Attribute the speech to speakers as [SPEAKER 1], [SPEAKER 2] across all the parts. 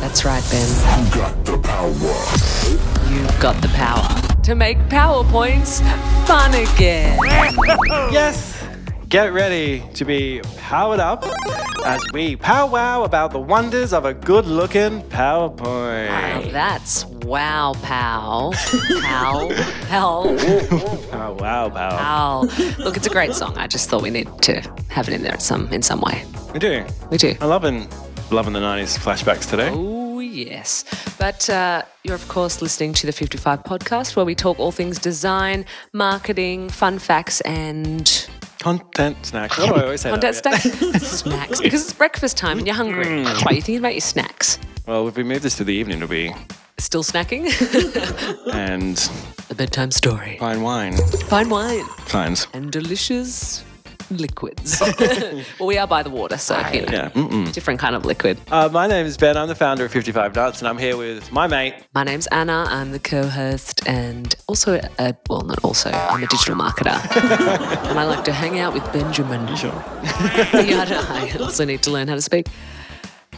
[SPEAKER 1] That's right, Ben.
[SPEAKER 2] You got the power.
[SPEAKER 1] You've got the power to make PowerPoints fun again.
[SPEAKER 3] Yes! Get ready to be powered up as we powwow about the wonders of a good looking PowerPoint.
[SPEAKER 1] Now that's wow, pow. Pow. Pow.
[SPEAKER 3] Oh, wow, power.
[SPEAKER 1] Pow. Look, it's a great song. I just thought we need to have it in there in some, in some way.
[SPEAKER 3] We do.
[SPEAKER 1] We do.
[SPEAKER 3] I'm loving, loving the 90s flashbacks today.
[SPEAKER 1] Oh, yes. But uh, you're, of course, listening to the 55 podcast where we talk all things design, marketing, fun facts, and
[SPEAKER 3] Content snacks. What do I always say? that
[SPEAKER 1] content
[SPEAKER 3] bit?
[SPEAKER 1] snacks. snacks. Because it's breakfast time and you're hungry.
[SPEAKER 3] Mm.
[SPEAKER 1] That's why you're thinking about your snacks.
[SPEAKER 3] Well, if we move this to the evening, it'll be
[SPEAKER 1] Still snacking?
[SPEAKER 3] and
[SPEAKER 1] a bedtime story.
[SPEAKER 3] fine wine.
[SPEAKER 1] Fine wine
[SPEAKER 3] Fines.
[SPEAKER 1] and delicious liquids. well, we are by the water, so, you know,
[SPEAKER 3] Yeah. Mm-mm.
[SPEAKER 1] different kind of liquid.
[SPEAKER 3] Uh, my name is Ben. I'm the founder of 55 Nuts, and I'm here with my mate.
[SPEAKER 1] My name's Anna. I'm the co-host and also, a, well, not also, I'm a digital marketer. and I like to hang out with Benjamin. Yeah, I I also need to learn how to speak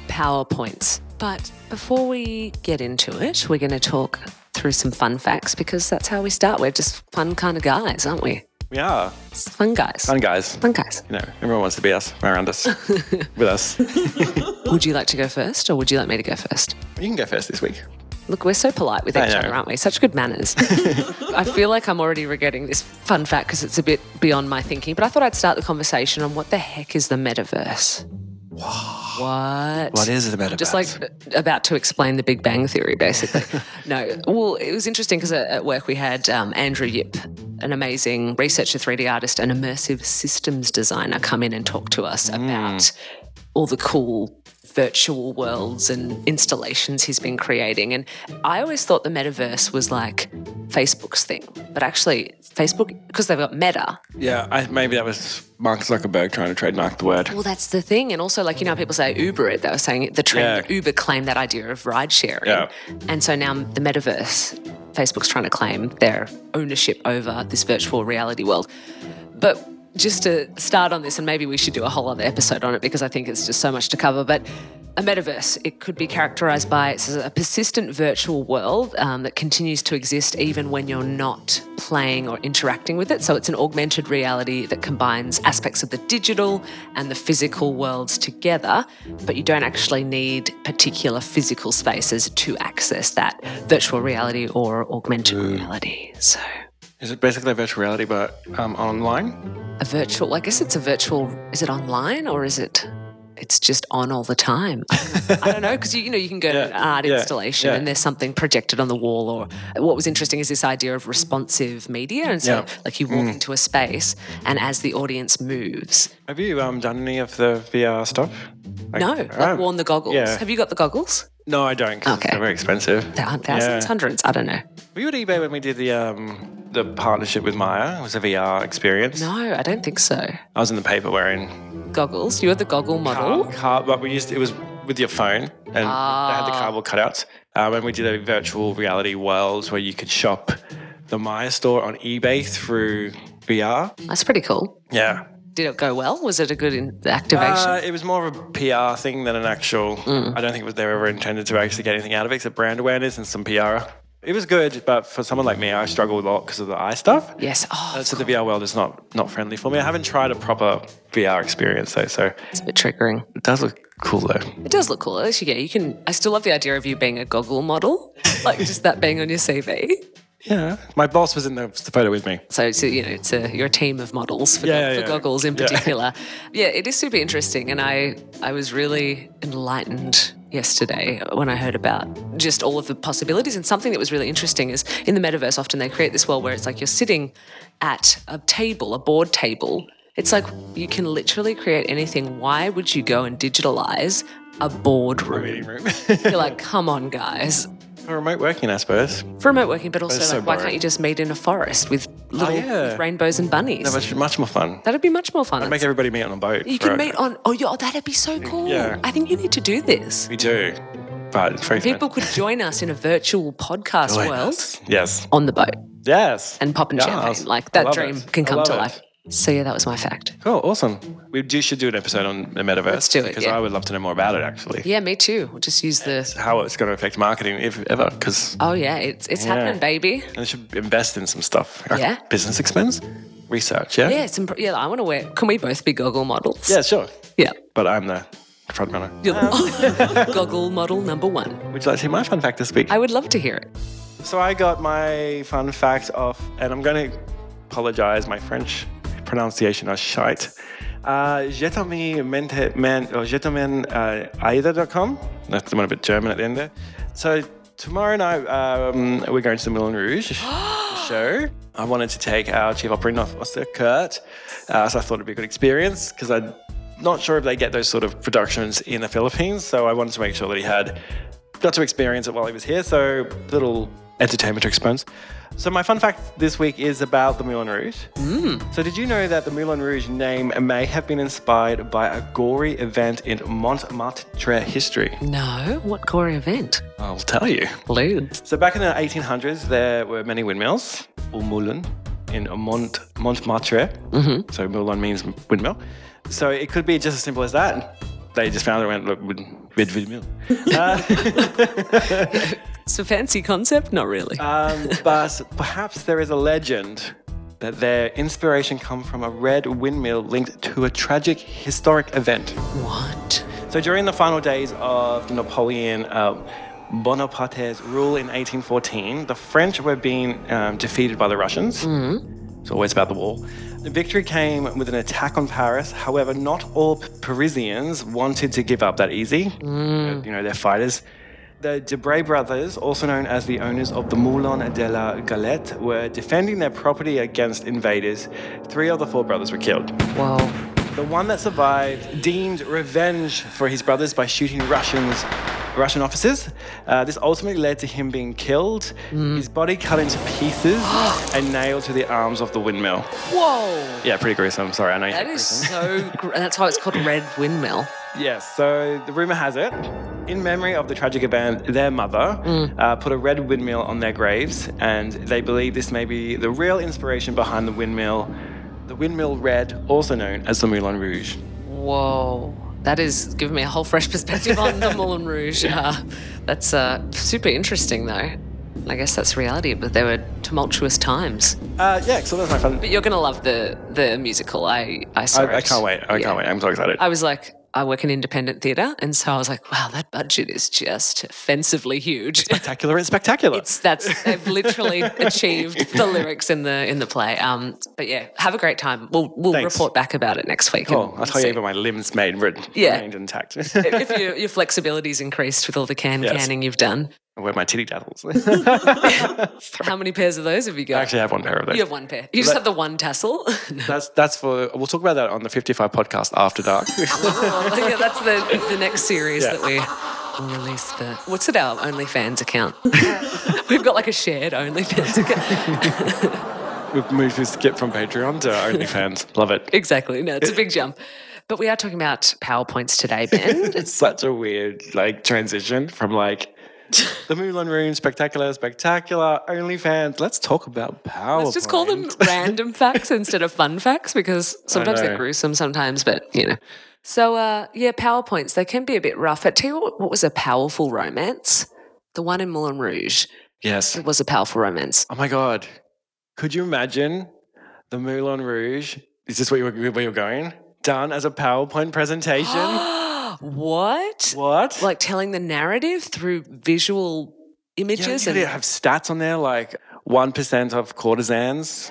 [SPEAKER 1] PowerPoints. But before we get into it, we're going to talk through some fun facts because that's how we start. We're just fun kind of guys, aren't we?
[SPEAKER 3] We are
[SPEAKER 1] Just fun guys.
[SPEAKER 3] fun guys.
[SPEAKER 1] Fun guys.
[SPEAKER 3] You know, everyone wants to be us around us, with us. You
[SPEAKER 1] Would you like to go first or would you like me to go first?
[SPEAKER 3] can go first this week.
[SPEAKER 1] Look, we're so polite with
[SPEAKER 3] I
[SPEAKER 1] each
[SPEAKER 3] know.
[SPEAKER 1] other, aren't we? Such good manners. I feel like I'm already regretting this fun fact because it's a bit beyond my thinking, but I thought I'd start the conversation on what the heck is the metaverse? What?
[SPEAKER 3] What is the metaverse?
[SPEAKER 1] Just like uh, about to explain the Big Bang Theory, basically. no, well, it was interesting because at at work we had um, Andrew Yip, an amazing researcher, 3D artist, and immersive systems designer, come in and talk to us about all the cool virtual worlds and installations he's been creating. And I always thought the metaverse was like Facebook's thing, but actually, Facebook, because they've got meta,
[SPEAKER 3] Yeah, I, maybe that was Mark Zuckerberg trying to trademark the word.
[SPEAKER 1] well, that's the thing. And also, like, you know, how people say Uber it. They were saying the trend,
[SPEAKER 3] Yeah.
[SPEAKER 1] Uber claimed that idea of ride sharing.
[SPEAKER 3] Yeah.
[SPEAKER 1] And so now the metaverse, Facebook's trying to claim their ownership over this virtual reality world. But just to start on this, and maybe we should do a whole other episode on it because I think it's just so much to cover. But a metaverse, it could be characterized by it's a persistent virtual world um, that continues to exist even when you're not playing or interacting with it. So it's an augmented reality that combines aspects of the digital and the physical worlds together, but you don't actually need particular physical spaces to access that virtual reality or augmented reality. So.
[SPEAKER 3] Is it basically virtual reality but um, online?
[SPEAKER 1] A virtual, I guess it's a virtual, is it online or is it? It's just on all the time. I don't know because you, you know you can go to an
[SPEAKER 3] Yeah,
[SPEAKER 1] art
[SPEAKER 3] yeah,
[SPEAKER 1] installation
[SPEAKER 3] yeah.
[SPEAKER 1] and there's something projected on the wall. Or what was interesting is this idea of responsive media, and so
[SPEAKER 3] Yeah. Mm.
[SPEAKER 1] like you walk into a space and as the audience moves,
[SPEAKER 3] Have you um, done any of the VR stuff? Like-
[SPEAKER 1] no, like
[SPEAKER 3] Oh.
[SPEAKER 1] worn the goggles.
[SPEAKER 3] yeah.
[SPEAKER 1] Have you got the goggles?
[SPEAKER 3] No, I don't. 'cause
[SPEAKER 1] Okay.
[SPEAKER 3] They're very expensive.
[SPEAKER 1] Thou- Thousands,
[SPEAKER 3] Yeah.
[SPEAKER 1] hundreds, I don't know.
[SPEAKER 3] Were you at eBay when we did the um, the partnership with Maya? It was a VR experience.
[SPEAKER 1] No, I don't think so.
[SPEAKER 3] I was in the paper wearing
[SPEAKER 1] Goggles. You are the goggle model.
[SPEAKER 3] car, car but we used it was with your phone and they
[SPEAKER 1] Ah.
[SPEAKER 3] had the cardboard cutouts. Um, and we did a virtual reality world where you could shop the Maya store on eBay through VR.
[SPEAKER 1] That's pretty cool.
[SPEAKER 3] Yeah.
[SPEAKER 1] Did it go well? Was it a good in- activation?
[SPEAKER 3] Uh, it was more of a PR thing than an actual.
[SPEAKER 1] Mm.
[SPEAKER 3] I don't think it was they were ever intended to actually get anything out of it except brand awareness and some PR. It was good, but for someone like me, I struggle a lot because of the eye stuff. Uh,
[SPEAKER 1] yes. Oh,
[SPEAKER 3] So the VR world is not not friendly for me. I haven't tried a proper VR experience though, so
[SPEAKER 1] it's a bit triggering.
[SPEAKER 3] it does look cool though.
[SPEAKER 1] It does look cool. At least you get. You can. I still love the idea of you being a goggle model, like just that being on your CV.
[SPEAKER 3] Yeah, my boss was in the, the photo with me.
[SPEAKER 1] So it's a, you know, it's a you're a team of models for,
[SPEAKER 3] Yeah,
[SPEAKER 1] go-
[SPEAKER 3] yeah,
[SPEAKER 1] for
[SPEAKER 3] yeah.
[SPEAKER 1] goggles in
[SPEAKER 3] Yeah.
[SPEAKER 1] particular. Yeah. it is super interesting, and I I was really enlightened yesterday when I heard about just all of the possibilities. And something that was really interesting is in the metaverse, often they create this world where it's like you're sitting at a table, a board table. It's like you can literally create anything. Why would you go and digitalize a boardroom?
[SPEAKER 3] Meeting room.
[SPEAKER 1] You're like, come on, guys.
[SPEAKER 3] For remote working, I suppose.
[SPEAKER 1] For remote working, but also,
[SPEAKER 3] That's so
[SPEAKER 1] like, why
[SPEAKER 3] boring. Oh,
[SPEAKER 1] can't you just meet in a forest with little
[SPEAKER 3] yeah.
[SPEAKER 1] with rainbows and bunnies?
[SPEAKER 3] That was much more fun.
[SPEAKER 1] That'd be much more fun.
[SPEAKER 3] Make everybody meet on a boat.
[SPEAKER 1] you
[SPEAKER 3] for
[SPEAKER 1] can
[SPEAKER 3] a-
[SPEAKER 1] meet on. Oh, yeah, that'd be so cool.
[SPEAKER 3] Yeah.
[SPEAKER 1] I think you need to do this.
[SPEAKER 3] We do. but it's very
[SPEAKER 1] People could join us in a virtual podcast
[SPEAKER 3] Join
[SPEAKER 1] world
[SPEAKER 3] us. Yes.
[SPEAKER 1] on the boat
[SPEAKER 3] Yes.
[SPEAKER 1] and pop and
[SPEAKER 3] Yes.
[SPEAKER 1] champagne. Like
[SPEAKER 3] I
[SPEAKER 1] that
[SPEAKER 3] love
[SPEAKER 1] dream
[SPEAKER 3] it.
[SPEAKER 1] can
[SPEAKER 3] I
[SPEAKER 1] come
[SPEAKER 3] love
[SPEAKER 1] to
[SPEAKER 3] it.
[SPEAKER 1] life. So yeah, that was my fact.
[SPEAKER 3] Cool. Awesome. We do should do an episode on the metaverse.
[SPEAKER 1] Let's do it,
[SPEAKER 3] Because
[SPEAKER 1] yeah.
[SPEAKER 3] I would love to know more about it actually.
[SPEAKER 1] Yeah, me too. We'll just use the.
[SPEAKER 3] How it's going to affect marketing, if ever, because
[SPEAKER 1] Oh yeah, it's it's
[SPEAKER 3] Yeah.
[SPEAKER 1] happening, baby.
[SPEAKER 3] I should invest in some stuff. Like
[SPEAKER 1] Yeah.
[SPEAKER 3] Business expense, research. Yeah.
[SPEAKER 1] Yeah, it's imp- yeah. I want to wear. Can we both be goggle models?
[SPEAKER 3] Yeah, sure.
[SPEAKER 1] Yeah.
[SPEAKER 3] But I'm the front runner.
[SPEAKER 1] You're the goggle model number one.
[SPEAKER 3] Would you like to hear my fun fact this week?
[SPEAKER 1] I would love to hear it.
[SPEAKER 3] So I got my fun fact off, and I'm going to apologize. My French pronunciation are shite. Uh, je t'aime mente man, or je t'aime uh, either.com. That's the one a bit German at the end there. So tomorrow night, um, we're going to the Moulin Rouge show. I wanted to take our chief operating officer, Kurt. Uh, so I thought it'd be a good experience because I'm not sure if they get those sort of productions in the Philippines. So I wanted to make sure that he had got to experience it while he was here, so little entertainment expense. So my fun fact this week is about the Moulin Rouge. So did you know that the Moulin Rouge name may have been inspired by a gory event in Montmartre history?
[SPEAKER 1] No, what gory event?
[SPEAKER 3] I'll tell you.
[SPEAKER 1] Blue.
[SPEAKER 3] So back in the 1800s, there were many windmills, or moulin, in Mont Montmartre. Mm-hmm. So moulin means windmill. So it could be just as simple as that. They just found it and went, look, wind- wind- windmill.
[SPEAKER 1] It's a fancy concept, not really.
[SPEAKER 3] Um, but perhaps there is a legend that their inspiration come from a red windmill linked to a tragic historic event.
[SPEAKER 1] what?
[SPEAKER 3] So during the final days of Napoleon uh, Bonaparte's rule in 1814, the French were being um, defeated by the Russians. It's always about the war. The victory came with an attack on Paris. However, not all P- Parisians wanted to give up that easy. Uh, You know, they're fighters. The Debray brothers, also known as the owners of the Moulin de la Galette, were defending their property against invaders. Three of the four brothers were killed.
[SPEAKER 1] Whoa.
[SPEAKER 3] The one that survived deemed revenge for his brothers by shooting Russians, Russian officers. Uh, this ultimately led to him being killed, his body cut into pieces, and nailed to the arms of the windmill.
[SPEAKER 1] Whoa.
[SPEAKER 3] Yeah, pretty gruesome. Sorry, I know. you
[SPEAKER 1] That
[SPEAKER 3] hate
[SPEAKER 1] is
[SPEAKER 3] gruesome.
[SPEAKER 1] so. Gr- that's why it's called Red Windmill.
[SPEAKER 3] Yes. So the rumor has it, in memory of the tragic event, their mother uh, put a red windmill on their graves, and they believe this may be the real inspiration behind the windmill, the windmill red, also known as the Moulin Rouge.
[SPEAKER 1] Whoa. That is giving me a whole fresh perspective on the Moulin Rouge. Uh, that's uh, super interesting, though. And I guess that's reality, but there were tumultuous times.
[SPEAKER 3] Uh, yeah, so that's my fun.
[SPEAKER 1] But you're going to love the the musical. I, I saw
[SPEAKER 3] I, I
[SPEAKER 1] it.
[SPEAKER 3] can't wait. I
[SPEAKER 1] Yeah.
[SPEAKER 3] can't wait. I'm so excited.
[SPEAKER 1] I was like, I work in independent theatre, and so I was like, wow, that budget is just offensively huge.
[SPEAKER 3] spectacular and spectacular.
[SPEAKER 1] It's that's they've literally achieved the lyrics in the in the play. Um, but yeah, have a great time. We'll we'll
[SPEAKER 3] Thanks.
[SPEAKER 1] report back about it next week. and
[SPEAKER 3] oh, I'll tell
[SPEAKER 1] see.
[SPEAKER 3] you, even my limbs made red,
[SPEAKER 1] Yeah.
[SPEAKER 3] remained intact.
[SPEAKER 1] if your, your flexibility's increased with all the can
[SPEAKER 3] Yes.
[SPEAKER 1] canning you've done,
[SPEAKER 3] I wear my titty tassels.
[SPEAKER 1] how many pairs of those have you got?
[SPEAKER 3] I actually have one pair of those.
[SPEAKER 1] you have one pair. You just
[SPEAKER 3] Let-
[SPEAKER 1] have the one tassel. No,
[SPEAKER 3] That's that's for. We'll talk about that on the 55 podcast after dark.
[SPEAKER 1] well, yeah, that's the the next series
[SPEAKER 3] Yeah.
[SPEAKER 1] that we. will release the what's it our OnlyFans account? We've got like a shared OnlyFans account.
[SPEAKER 3] We've moved we skip from Patreon to OnlyFans. Love it.
[SPEAKER 1] exactly. No, it's a big jump. But we are talking about PowerPoints today, Ben.
[SPEAKER 3] It's such a weird like transition from like. The Moulin Room, spectacular, spectacular, OnlyFans. Let's talk about power.
[SPEAKER 1] Let's just call them random facts instead of fun facts because sometimes they're
[SPEAKER 3] know.
[SPEAKER 1] gruesome, sometimes, but you know. So, uh, yeah, PowerPoints, they can be a bit rough. I tell you what, what was a powerful romance? The one in Moulin Rouge
[SPEAKER 3] Yes.
[SPEAKER 1] was a powerful romance.
[SPEAKER 3] Oh my god! Could you imagine the Moulin Rouge? Is this where you were, where you're going? Done as a PowerPoint presentation?
[SPEAKER 1] what?
[SPEAKER 3] what?
[SPEAKER 1] Like telling the narrative through visual
[SPEAKER 3] you know,
[SPEAKER 1] images
[SPEAKER 3] you
[SPEAKER 1] and
[SPEAKER 3] could have stats on there like one percent of courtesans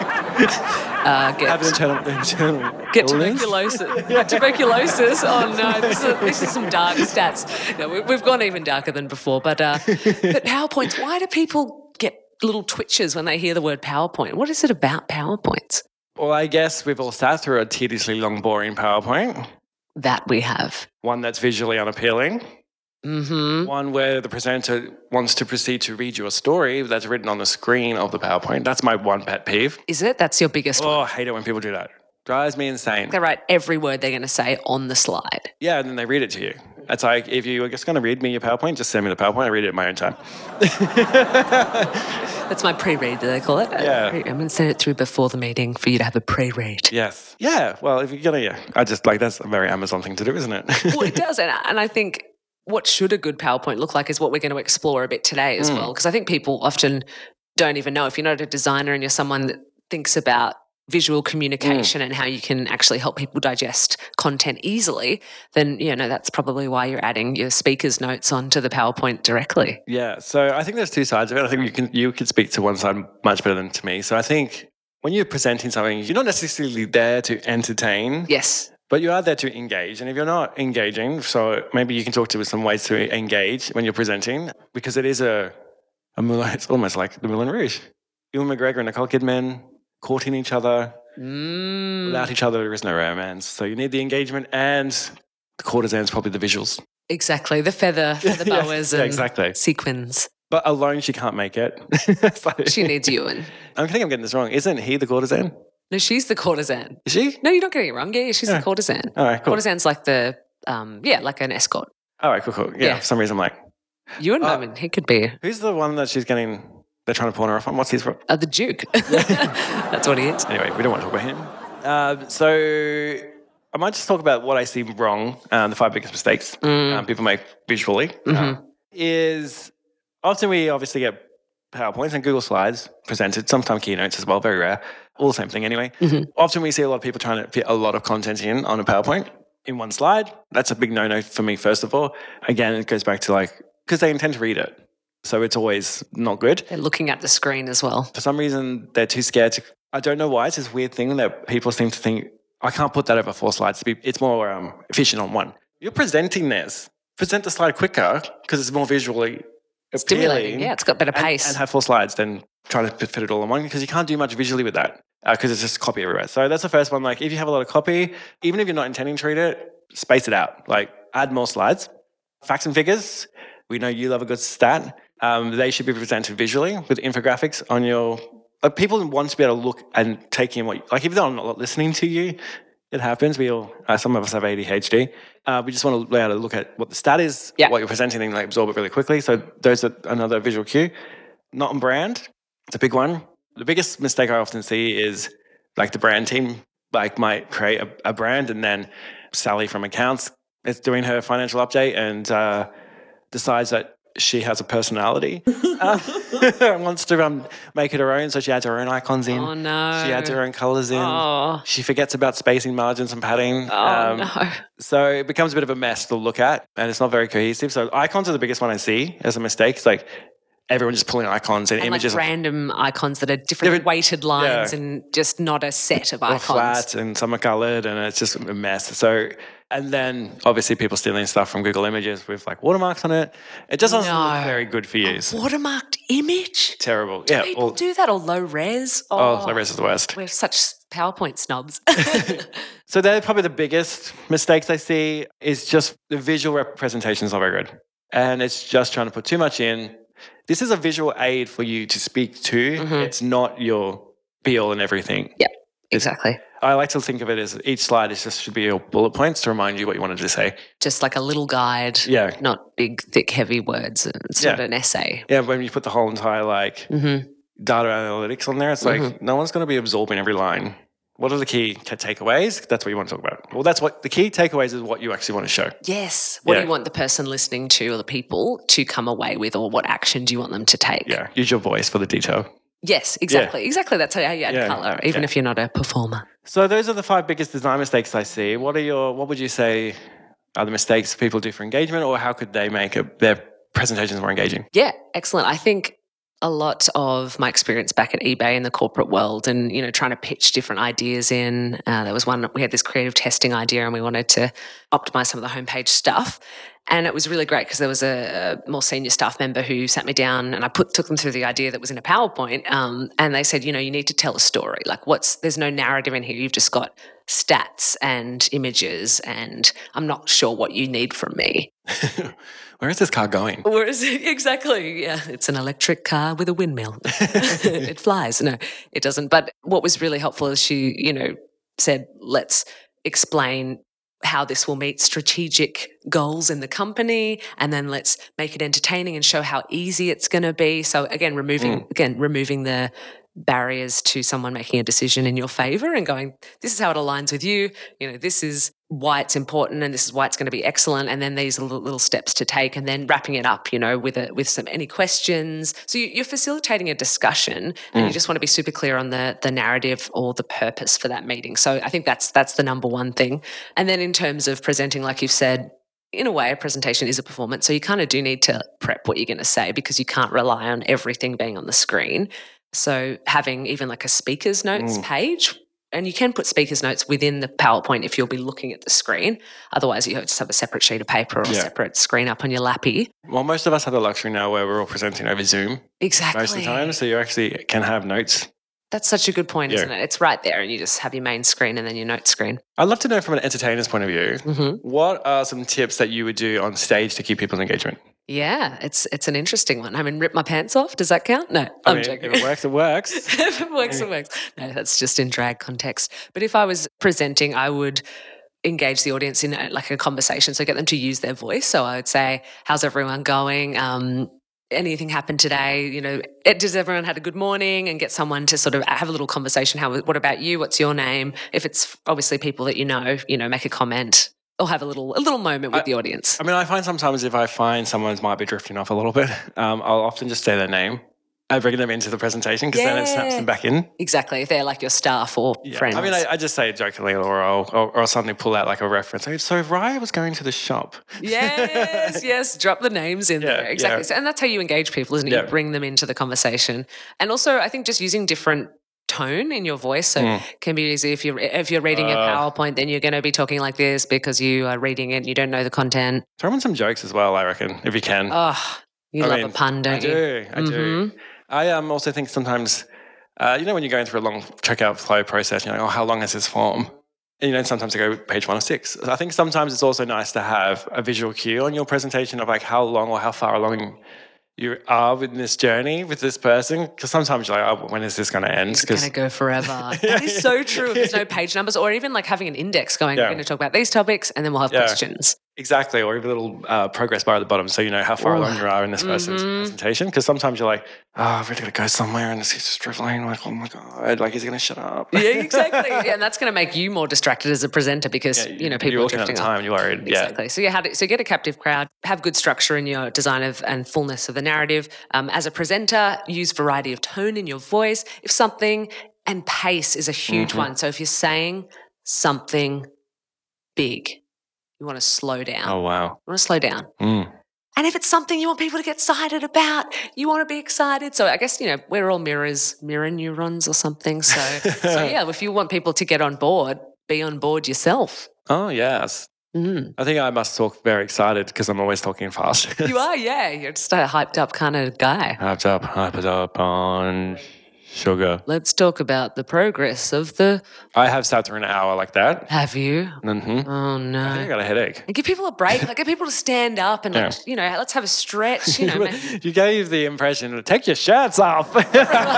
[SPEAKER 1] uh,
[SPEAKER 3] have an
[SPEAKER 1] get,
[SPEAKER 3] internal, internal
[SPEAKER 1] get
[SPEAKER 3] illness.
[SPEAKER 1] tuberculosis. Get tuberculosis. Oh no, this is, this is some dark stats. No, we, we've gone even darker than before. But uh, but powerpoints. Why do people get little twitches when they hear the word PowerPoint? What is it about powerpoints?
[SPEAKER 3] Well, I guess we've all sat through a tediously long, boring PowerPoint.
[SPEAKER 1] That we have.
[SPEAKER 3] One that's visually unappealing.
[SPEAKER 1] Mm-hmm.
[SPEAKER 3] One where the presenter wants to proceed to read you a story that's written on the screen of the PowerPoint. That's my one pet peeve.
[SPEAKER 1] Is it? That's your biggest. one.
[SPEAKER 3] Oh, I hate it when people do that. Drives me insane.
[SPEAKER 1] They write every word they're going to say on the slide.
[SPEAKER 3] Yeah, and then they read it to you. It's like if you were just going to read me your PowerPoint, just send me the PowerPoint. I read it at my own time.
[SPEAKER 1] That's my pre-read that they call it.
[SPEAKER 3] Yeah.
[SPEAKER 1] I'm going to send it through before the meeting for you to have a pre-read.
[SPEAKER 3] Yes. Yeah. Well, if you're gonna, yeah, I just like that's a very Amazon thing to do, isn't it?
[SPEAKER 1] Well, it does. And, and I think what should a good PowerPoint look like is what we're going to explore a bit today
[SPEAKER 3] Mm.
[SPEAKER 1] as well. Because I think people often don't even know if you're not a designer and you're someone that thinks about visual
[SPEAKER 3] Mm.
[SPEAKER 1] communication and how you can actually help people digest content easily, then, you know, that's probably why you're adding your speaker's notes onto the PowerPoint directly.
[SPEAKER 3] yeah. So I think there's two sides of it. I think you can you could speak to one side much better than to me. So I think when you're presenting something, you're not necessarily there to entertain,
[SPEAKER 1] Yes.
[SPEAKER 3] but you are there to engage. And if you're not engaging, so maybe you can talk to some ways to engage when you're presenting because it is a, a Moulin, it's almost like the Moulin Rouge. Ewan McGregor and Nicole Kidman courting each other.
[SPEAKER 1] Mm.
[SPEAKER 3] Without each other, there is no romance. So you need the engagement and the courtesan's probably the visuals.
[SPEAKER 1] Exactly. The feather, feather
[SPEAKER 3] Yeah,
[SPEAKER 1] boas
[SPEAKER 3] yeah,
[SPEAKER 1] and
[SPEAKER 3] exactly.
[SPEAKER 1] sequins.
[SPEAKER 3] But alone, she can't make it. It's like-
[SPEAKER 1] She needs you. And
[SPEAKER 3] I think I'm getting this wrong. Isn't he the courtesan?
[SPEAKER 1] no, she's the courtesan.
[SPEAKER 3] Is she?
[SPEAKER 1] No, you're not getting it wrong. Yeah, she's the courtesan.
[SPEAKER 3] All right, cool.
[SPEAKER 1] Courtesan's like the, um, yeah, like an escort.
[SPEAKER 3] All right, cool, cool. Yeah,
[SPEAKER 1] Yeah.
[SPEAKER 3] For some reason, I'm like,
[SPEAKER 1] You and
[SPEAKER 3] Uh,
[SPEAKER 1] I mean, he could be
[SPEAKER 3] who's the one that she's getting? They're trying to pawn her off on. What's his? ro-
[SPEAKER 1] uh, the Duke. That's what he is.
[SPEAKER 3] Anyway, we don't want to talk about him. Um, so I might just talk about what I see wrong. Um, the five biggest mistakes
[SPEAKER 1] Mm,
[SPEAKER 3] um, people make visually uh, is often we obviously get PowerPoints and Google Slides presented, sometimes keynotes as well, very rare. All the same thing anyway.
[SPEAKER 1] Mhm.
[SPEAKER 3] Often we see a lot of people trying to fit a lot of content in on a PowerPoint in one slide. That's a big no no for me, first of all. Again, it goes back to like, because they intend to read it. So it's always not good.
[SPEAKER 1] They're looking at the screen as well.
[SPEAKER 3] For some reason, they're too scared to. I don't know why. It's this weird thing that people seem to think, I can't put that over four slides. It's more um, efficient on one. You're presenting this. Present the slide quicker because it's more visually
[SPEAKER 1] Stimulating.
[SPEAKER 3] appealing
[SPEAKER 1] Yeah, it's got better
[SPEAKER 3] and-
[SPEAKER 1] pace.
[SPEAKER 3] And, have four slides than trying to fit it all in one because you can't do much visually with that because it's just copy everywhere. So that's the first one. Like if you have a lot of copy, even if you're not intending to read it, space it out. Like add more slides. Facts and figures. We know you love a good stat. Um, they should be presented visually with infographics on your. Like people want to be able to look and take in what, like if they're not listening to you, it happens. We all, uh, some of us have ADHD. Uh, we just want to be able to look at what the stat is,
[SPEAKER 1] Yeah.
[SPEAKER 3] what you're presenting, and like absorb it really quickly. So those are another visual cue. Not on brand. It's a big one. The biggest mistake I often see is like the brand team like might create a, a brand and then Sally from accounts is doing her financial update and uh, decides that she has a personality uh, and wants to um, make it her own. So she adds her own icons in.
[SPEAKER 1] oh, no.
[SPEAKER 3] She adds her own colors in.
[SPEAKER 1] Oh,
[SPEAKER 3] She forgets about spacing margins and padding. um,
[SPEAKER 1] oh no.
[SPEAKER 3] So it becomes a bit of a mess to look at and it's not very cohesive. So icons are the biggest one I see as a mistake. It's like everyone just pulling icons and,
[SPEAKER 1] And like
[SPEAKER 3] images of
[SPEAKER 1] random icons that are different
[SPEAKER 3] Different-
[SPEAKER 1] weighted lines
[SPEAKER 3] yeah.
[SPEAKER 1] and just not a set of
[SPEAKER 3] all
[SPEAKER 1] icons.
[SPEAKER 3] flat and some are colored and it's just a mess. So and then obviously people stealing stuff from Google Images with like watermarks on it. It just doesn't
[SPEAKER 1] No.
[SPEAKER 3] look very good for you. So
[SPEAKER 1] Watermarked image?
[SPEAKER 3] terrible. Yeah.
[SPEAKER 1] People
[SPEAKER 3] Well,
[SPEAKER 1] do that or low res.
[SPEAKER 3] oh,
[SPEAKER 1] Oh,
[SPEAKER 3] the rest is the worst.
[SPEAKER 1] We're such PowerPoint snobs.
[SPEAKER 3] So they're probably the biggest mistakes I see is just the visual representation's not very good. And it's just trying to put too much in. This is a visual aid for you to speak to.
[SPEAKER 1] Mhm.
[SPEAKER 3] It's not your be all and everything.
[SPEAKER 1] exactly.
[SPEAKER 3] I like to think of it as each slide is just should be your bullet points to remind you what you wanted to say.
[SPEAKER 1] Just like a little guide.
[SPEAKER 3] Yeah.
[SPEAKER 1] not big, thick, heavy words. It's not
[SPEAKER 3] Yeah.
[SPEAKER 1] an essay.
[SPEAKER 3] Yeah, when you put the whole entire like
[SPEAKER 1] Mm-hmm.
[SPEAKER 3] data analytics on there, it's like no one's going to be absorbing every line. What are the key t- takeaways? That's what you want to talk about. Well, that's what the key takeaways is what you actually want to show.
[SPEAKER 1] Yes. What do
[SPEAKER 3] Yeah.
[SPEAKER 1] you want the person listening to or the people to come away with, or what action do you want them to take?
[SPEAKER 3] Yeah, use your voice for the detail.
[SPEAKER 1] Yes, exactly. Exactly. That's how you add
[SPEAKER 3] Yeah.
[SPEAKER 1] color, even
[SPEAKER 3] Yeah.
[SPEAKER 1] if you're not a performer.
[SPEAKER 3] So those are the five biggest design mistakes I see. What are your? What would you say are the mistakes people do for engagement, or how could they make it, their presentations more engaging?
[SPEAKER 1] Yeah, excellent. I think a lot of my experience back at eBay in the corporate world and, you know, trying to pitch different ideas in. Uh, there was one, we had this creative testing idea and we wanted to optimize some of the homepage stuff. And it was really great because there was a, a more senior staff member who sat me down and I put took them through the idea that was in a PowerPoint. Um, and they said, you know, you need to tell a story. Like, what's there's no narrative in here. You've just got stats and images, and I'm not sure what you need from me.
[SPEAKER 3] Where is this car going?
[SPEAKER 1] Where is it? Exactly. Yeah. It's an electric car with a windmill. it flies. No, it doesn't. But what was really helpful is she, you know, said, let's explain how this will meet strategic goals in the company and then let's make it entertaining and show how easy it's going to be so again removing again removing the barriers to someone making a decision in your favor and going this is how it aligns with you you know this is why it's important and this is why it's going to be excellent and then these are little, little steps to take and then wrapping it up you know with a, with some any questions so you, you're facilitating a discussion and you just want to be super clear on the the narrative or the purpose for that meeting so i think that's that's the number one thing and then in terms of presenting like you've said in a way, a presentation is a performance. So you kind of do need to prep what you're going to say because you can't rely on everything being on the screen. So having even like a speaker's
[SPEAKER 3] Mm.
[SPEAKER 1] notes page, and you can put speaker's notes within the PowerPoint if you'll be looking at the screen. Otherwise, you just have a separate sheet of paper or a
[SPEAKER 3] Yeah.
[SPEAKER 1] separate screen up on your lappy.
[SPEAKER 3] Well, most of us have the luxury now where we're all presenting over Zoom
[SPEAKER 1] Exactly.
[SPEAKER 3] most of the time, so you actually can have notes.
[SPEAKER 1] That's such a good point,
[SPEAKER 3] Yeah.
[SPEAKER 1] isn't it? It's right there, and you just have your main screen and then your note screen.
[SPEAKER 3] I'd love to know from an entertainer's point of view,
[SPEAKER 1] Mm-hmm.
[SPEAKER 3] what are some tips that you would do on stage to keep people's engagement?
[SPEAKER 1] Yeah, it's it's an interesting one. I mean, rip my pants off. Does that count? No,
[SPEAKER 3] I
[SPEAKER 1] I'm
[SPEAKER 3] mean,
[SPEAKER 1] joking.
[SPEAKER 3] If it works, it works.
[SPEAKER 1] if it works, it works. No, that's just in drag context. But if I was presenting, I would engage the audience in uh, like a conversation. So get them to use their voice. So I would say, "How's everyone going?" Um, Anything happened today? You know, it, does everyone had a good morning? And get someone to sort of have a little conversation. How? What about you? What's your name? If it's obviously people that you know, you know, make a comment or have a little a little moment with
[SPEAKER 3] I-
[SPEAKER 1] the audience.
[SPEAKER 3] I mean, I find sometimes if I find someone's might be drifting off a little bit, um, I'll often just say their name. I bring them into the presentation because then it snaps
[SPEAKER 1] Yeah.
[SPEAKER 3] them back in.
[SPEAKER 1] Exactly, if they're like your staff or
[SPEAKER 3] Yeah.
[SPEAKER 1] friends.
[SPEAKER 3] I mean, I, I just say it jokingly, or I'll, or, or I'll suddenly pull out like a reference. Like, So Raya was going to the shop.
[SPEAKER 1] Yes, yes. Drop the names in
[SPEAKER 3] Yeah,
[SPEAKER 1] there. Exactly.
[SPEAKER 3] yeah.
[SPEAKER 1] So- And that's how you engage people, isn't it?
[SPEAKER 3] Yeah.
[SPEAKER 1] You bring them into the conversation. And also, I think just using different tone in your voice so it can be easy if you're if you're reading a
[SPEAKER 3] Mm. Uh.
[SPEAKER 1] powerpoint then you're going to be talking like this because you are reading it and you don't know the content
[SPEAKER 3] Throw in some jokes as well, I reckon, if you can.
[SPEAKER 1] oh you
[SPEAKER 3] I
[SPEAKER 1] love
[SPEAKER 3] mean,
[SPEAKER 1] a pun don't
[SPEAKER 3] I
[SPEAKER 1] you
[SPEAKER 3] do. I do. I um, also think sometimes, uh, you know, when you're going through a long checkout flow process, you're like, oh, how long is this form? And, you know, sometimes I go page one or six. I think sometimes it's also nice to have a visual cue on your presentation of like how long or how far along you are in this journey with this person. Because sometimes you're like, oh, when is this going to end?
[SPEAKER 1] It's
[SPEAKER 3] Because
[SPEAKER 1] gonna go forever. That is so true. If there's no page numbers, or even like having an index going,
[SPEAKER 3] Yeah.
[SPEAKER 1] we're gonna talk about these topics, and then we'll have
[SPEAKER 3] Yeah.
[SPEAKER 1] questions.
[SPEAKER 3] exactly, or even a little uh, progress bar at the bottom so you know how far
[SPEAKER 1] Ooh.
[SPEAKER 3] along you are in this person's
[SPEAKER 1] Mhm.
[SPEAKER 3] presentation. Because sometimes you're like, oh, I've really got to go somewhere and it's just driveling. Like, oh my God, like, is he going to shut up?
[SPEAKER 1] Yeah, exactly. yeah, and that's gonna make you more distracted as a presenter because
[SPEAKER 3] Yeah,
[SPEAKER 1] you know people
[SPEAKER 3] you're
[SPEAKER 1] are
[SPEAKER 3] looking at the
[SPEAKER 1] drifting off.
[SPEAKER 3] time. You're worried.
[SPEAKER 1] Exactly. So you had so you get a captive crowd, have good structure in your design of and fullness of the narrative. Um, as a presenter, use variety of tone in your voice. If something and pace is a huge one. So if you're saying something big, you want to slow down.
[SPEAKER 3] Yeah. Oh wow.
[SPEAKER 1] You want to slow down.
[SPEAKER 3] Mm.
[SPEAKER 1] And if it's something you want people to get excited about, you want to be excited. So I guess, you know, we're all mirrors, mirror neurons or something. So, so yeah, if you want people to get on board, be on board yourself.
[SPEAKER 3] Oh yes.
[SPEAKER 1] Mm.
[SPEAKER 3] I think I must talk very excited because I'm always talking fast.
[SPEAKER 1] You are, yeah. You're just a hyped up kind of guy.
[SPEAKER 3] Hyped up, hyped up on sugar.
[SPEAKER 1] Let's talk about the progress of the.
[SPEAKER 3] I have sat through an hour like that.
[SPEAKER 1] Have you?
[SPEAKER 3] hmm
[SPEAKER 1] Oh
[SPEAKER 3] I think I
[SPEAKER 1] no.
[SPEAKER 3] got a headache.
[SPEAKER 1] And give people a break. Like get people to stand up and like you know, let's have a stretch. You know, man.
[SPEAKER 3] you gave the impression, take your shirts off.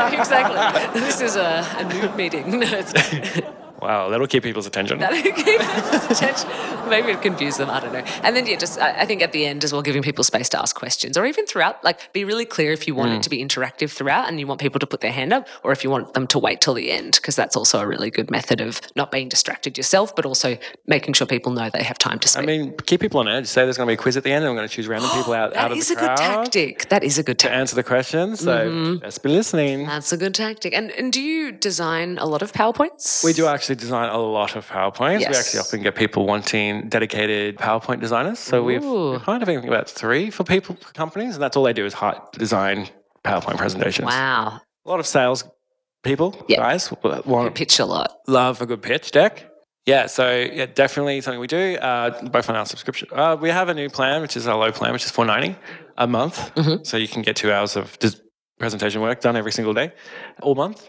[SPEAKER 1] exactly. This is a, a nude meeting. No, it's
[SPEAKER 3] wow, that'll keep people's attention.
[SPEAKER 1] that it gave us attention. Maybe it confused them. I don't know. And then yeah, just I, I think at the end as well, giving people space to ask questions, or even throughout. Like, be really clear if you want
[SPEAKER 3] Mm.
[SPEAKER 1] it to be interactive throughout, and you want people to put their hand up, or if you want them to wait till the end, because that's also a really good method of not being distracted yourself, but also making sure people know they have time to
[SPEAKER 3] I
[SPEAKER 1] speak.
[SPEAKER 3] mean, keep people on edge. Say there's going to be a quiz at the end, and I'm going to choose random people out, out
[SPEAKER 1] that
[SPEAKER 3] of
[SPEAKER 1] is
[SPEAKER 3] the
[SPEAKER 1] a
[SPEAKER 3] crowd
[SPEAKER 1] good tactic. Mm-hmm. That is a good
[SPEAKER 3] to
[SPEAKER 1] tactic.
[SPEAKER 3] answer the questions. So let's be listening.
[SPEAKER 1] That's a good tactic. And and do you design a lot of PowerPoints?
[SPEAKER 3] We do actually design a lot of PowerPoints. We
[SPEAKER 1] Yes.
[SPEAKER 3] actually often get people wanting dedicated PowerPoint designers. So we've
[SPEAKER 1] Ooh.
[SPEAKER 3] we're kind of thinking about three for people, for companies, and that's all they do is hi- design PowerPoint presentations.
[SPEAKER 1] Wow.
[SPEAKER 3] A lot of sales people,
[SPEAKER 1] Yeah.
[SPEAKER 3] guys, w-
[SPEAKER 1] You
[SPEAKER 3] want,
[SPEAKER 1] pitch a lot.
[SPEAKER 3] love a good pitch deck. Yeah, so yeah, definitely something we do. Uh, both on our subscription, uh, we have a new plan, which is our low plan, which is four ninety a month. So you can get two hours of just presentation work done every single day, all month.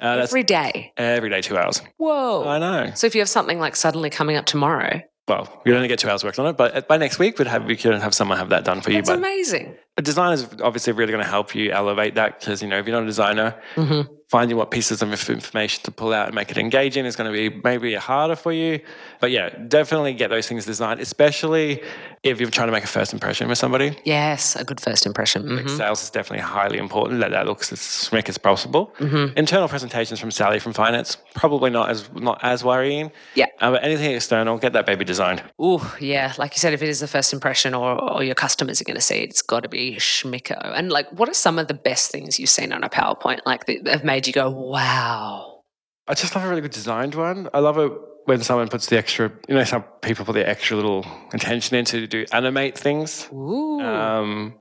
[SPEAKER 3] Uh, that's
[SPEAKER 1] Every day.
[SPEAKER 3] every day, two hours.
[SPEAKER 1] Whoa.
[SPEAKER 3] I know.
[SPEAKER 1] So if you have something like suddenly coming up tomorrow,
[SPEAKER 3] uh, well, you'd only get two hours worked on it, but by next week we'd have we could have someone have that done for you.
[SPEAKER 1] it's
[SPEAKER 3] But
[SPEAKER 1] amazing.
[SPEAKER 3] a designer is obviously really going to help you elevate that because you know if you're not a designer, finding what pieces of inf- information to pull out and make it engaging is going to be maybe harder for you. But yeah, definitely get those things designed, especially if you're trying to make a first impression with somebody.
[SPEAKER 1] Mm-hmm. Yes, a good first impression. Mhm.
[SPEAKER 3] Sales is definitely highly important. That that looks as slick as possible. Internal presentations from Sally from finance probably not as not as worrying.
[SPEAKER 1] Yeah.
[SPEAKER 3] Uh, but anything external, get that baby designed.
[SPEAKER 1] Mm-hmm. Ooh, yeah. Like you said, if it is the first impression or, or your customers are going to see it, it's got to be schmicko. And like, what are some of the best things you've seen on a PowerPoint? Like that have made you go, wow.
[SPEAKER 3] I just love a really good designed one. I love it when someone puts the extra. You know, some people put the extra little attention into to do animate things.
[SPEAKER 1] Ooh.
[SPEAKER 3] Um,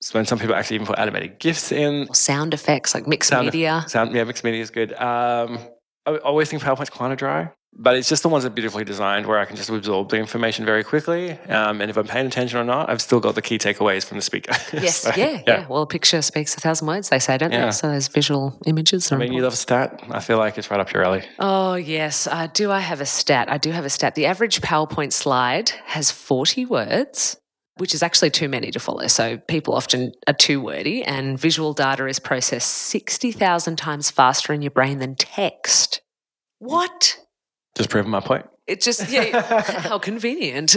[SPEAKER 3] so when some people actually even put animated gifs in,
[SPEAKER 1] or sound effects, like mixed
[SPEAKER 3] Sound-
[SPEAKER 1] media.
[SPEAKER 3] Sound, yeah, mixed media is good. Um, I always think PowerPoint's kind of dry, but it's just the ones that are beautifully designed where I can just absorb the information very quickly. Um, and if I'm paying attention or not, I've still got the key takeaways from the speaker.
[SPEAKER 1] Yes,
[SPEAKER 3] So,
[SPEAKER 1] yeah, yeah, Well, a picture speaks a thousand words, they say, don't
[SPEAKER 3] Yeah.
[SPEAKER 1] they? So those visual images are
[SPEAKER 3] I mean, you
[SPEAKER 1] important.
[SPEAKER 3] love stat. I feel like it's right up your alley.
[SPEAKER 1] Oh, yes. Uh, do I have a stat? I do have a stat. The average PowerPoint slide has 40 words, which is actually too many to follow. So people often are too wordy, and visual data is processed 60,000 times faster in your brain than text. What?
[SPEAKER 3] Just proving my point.
[SPEAKER 1] It just, yeah, how convenient.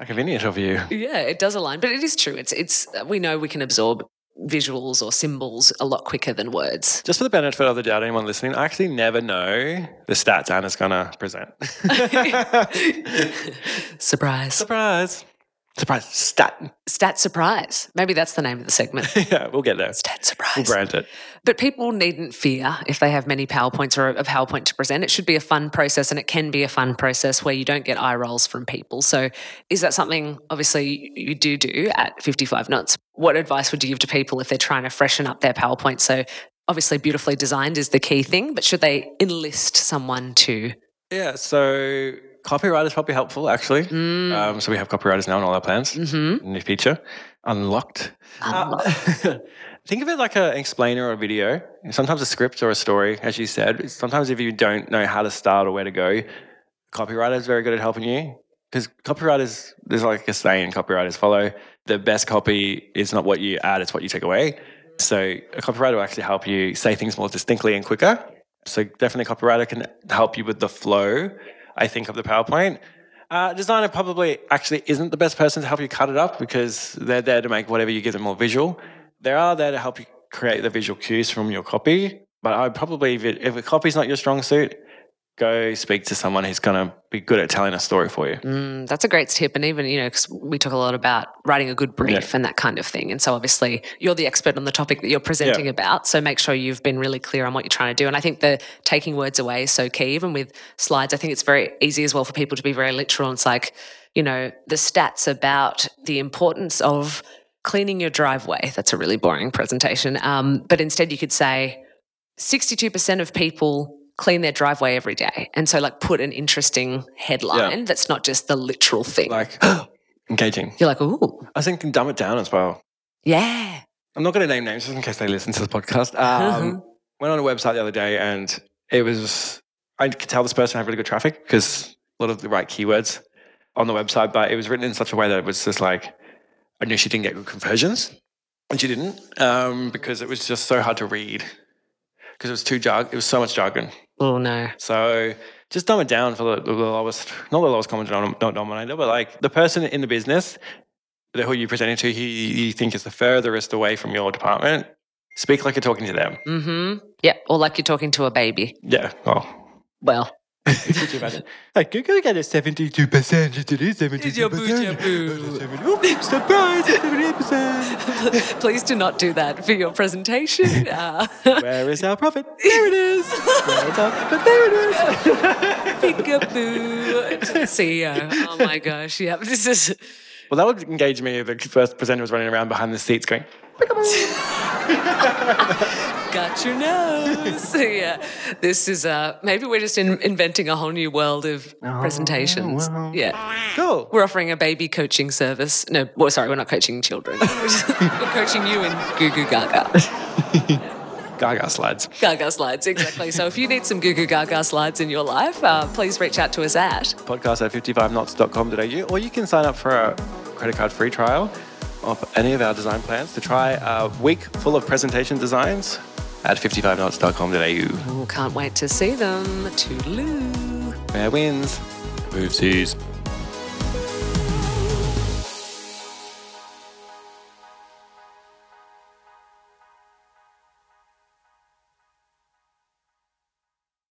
[SPEAKER 3] How convenient of you.
[SPEAKER 1] Yeah, it does align, but it is true. It's, it's, we know we can absorb visuals or symbols a lot quicker than words.
[SPEAKER 3] Just for the benefit of the doubt, anyone listening, I actually never know the stats Anna's going to present.
[SPEAKER 1] Surprise.
[SPEAKER 3] Surprise. Surprise. Stat.
[SPEAKER 1] Stat surprise. Maybe that's the name of the segment.
[SPEAKER 3] yeah, we'll get there.
[SPEAKER 1] Stat surprise.
[SPEAKER 3] We'll brand it.
[SPEAKER 1] But people needn't fear if they have many PowerPoints or a PowerPoint to present. It should be a fun process, and it can be a fun process where you don't get eye rolls from people. So, is that something obviously you do do at 55 knots? What advice would you give to people if they're trying to freshen up their PowerPoint? So, obviously, beautifully designed is the key thing, but should they enlist someone to?
[SPEAKER 3] Yeah, so copyright is probably helpful actually. Um, so we have copywriters now in all our plans.
[SPEAKER 1] Mhm.
[SPEAKER 3] New feature, unlocked.
[SPEAKER 1] Um,
[SPEAKER 3] Uh, think of it like an explainer or a video. Sometimes a script or a story, as you said. Sometimes if you don't know how to start or where to go, copywriter is very good at helping you. Because copywriters, there's like a saying copywriters follow the best copy is not what you add, it's what you take away. So a copywriter will actually help you say things more distinctly and quicker. So definitely copywriter can help you with the flow, I think, of the PowerPoint. Uh, designer probably actually isn't the best person to help you cut it up because they're there to make whatever you give them more visual. They are there to help you create the visual cues from your copy. But I would probably, if, it, if a copy's not your strong suit, go speak to someone who's going to be good at telling a story for you.
[SPEAKER 1] Mm, that's a great tip. And even, you know, because we talk a lot about writing a good brief and that kind of thing. And so obviously you're the expert on the topic that you're presenting about. So make sure you've been really clear on what you're trying to do. And I think the taking words away is so key. Even with slides, I think it's very easy as well for people to be very literal. It's like, you know, the stats about the importance of cleaning your driveway. That's a really boring presentation. Um, but instead you could say, 62% of people clean their driveway every day. And so, like, put an interesting headline that's not just the literal thing.
[SPEAKER 3] Like, engaging.
[SPEAKER 1] You're like, ooh,
[SPEAKER 3] I think can dumb it down as well.
[SPEAKER 1] yeah.
[SPEAKER 3] I'm not going to name names just in case they listen to the podcast. Um, went on a website the other day and it was, I could tell this person had really good traffic because a lot of the right keywords on the website, but it was written in such a way that it was just like, I knew she didn't get good conversions and she didn't um, because it was just so hard to read because it was too jargon, it was so much jargon.
[SPEAKER 1] Oh, no.
[SPEAKER 3] So just dumb it down for the, the lowest, not the lowest common denom- not denominator, but like the person in the business, the- who you're presenting to, who you you think is the furthest away from your department, speak like you're talking to them.
[SPEAKER 1] Mm hmm. Yeah. Or like you're talking to a baby.
[SPEAKER 3] Yeah. Well,
[SPEAKER 1] Well,
[SPEAKER 3] could you imagine? Like, you're going to get a 72%. You did it, 72%.
[SPEAKER 1] It's your boo, your boo.
[SPEAKER 3] Oops, surprise, it's 70%.
[SPEAKER 1] please do not do that for your presentation. Uh,
[SPEAKER 3] Where is our profit? There it is. Where is our profit? There it is.
[SPEAKER 1] Peekaboo. CEO. Oh, my gosh. Yeah. This is.
[SPEAKER 3] Well, that would engage me if the first presenter was running around behind the seats going,
[SPEAKER 1] got your nose. yeah, this is uh, maybe we're just in, inventing a whole new world of presentations. Yeah,
[SPEAKER 3] cool.
[SPEAKER 1] we're offering a baby coaching service. No, well, sorry, we're not coaching children. we're, just- we're coaching you in Goo Goo Gaga,
[SPEAKER 3] Gaga slides.
[SPEAKER 1] Gaga slides exactly. So if you need some Goo Goo Gaga slides in your life, uh, please reach out to us at.
[SPEAKER 3] podcast at 55knots.com.au, or you can sign up for a credit card free trial of any of our design plans to try a week full of presentation designs at 55knots.com.au.
[SPEAKER 1] oh, Ooh, can't wait to see them. Toodaloo.
[SPEAKER 3] Where wins? Move seas.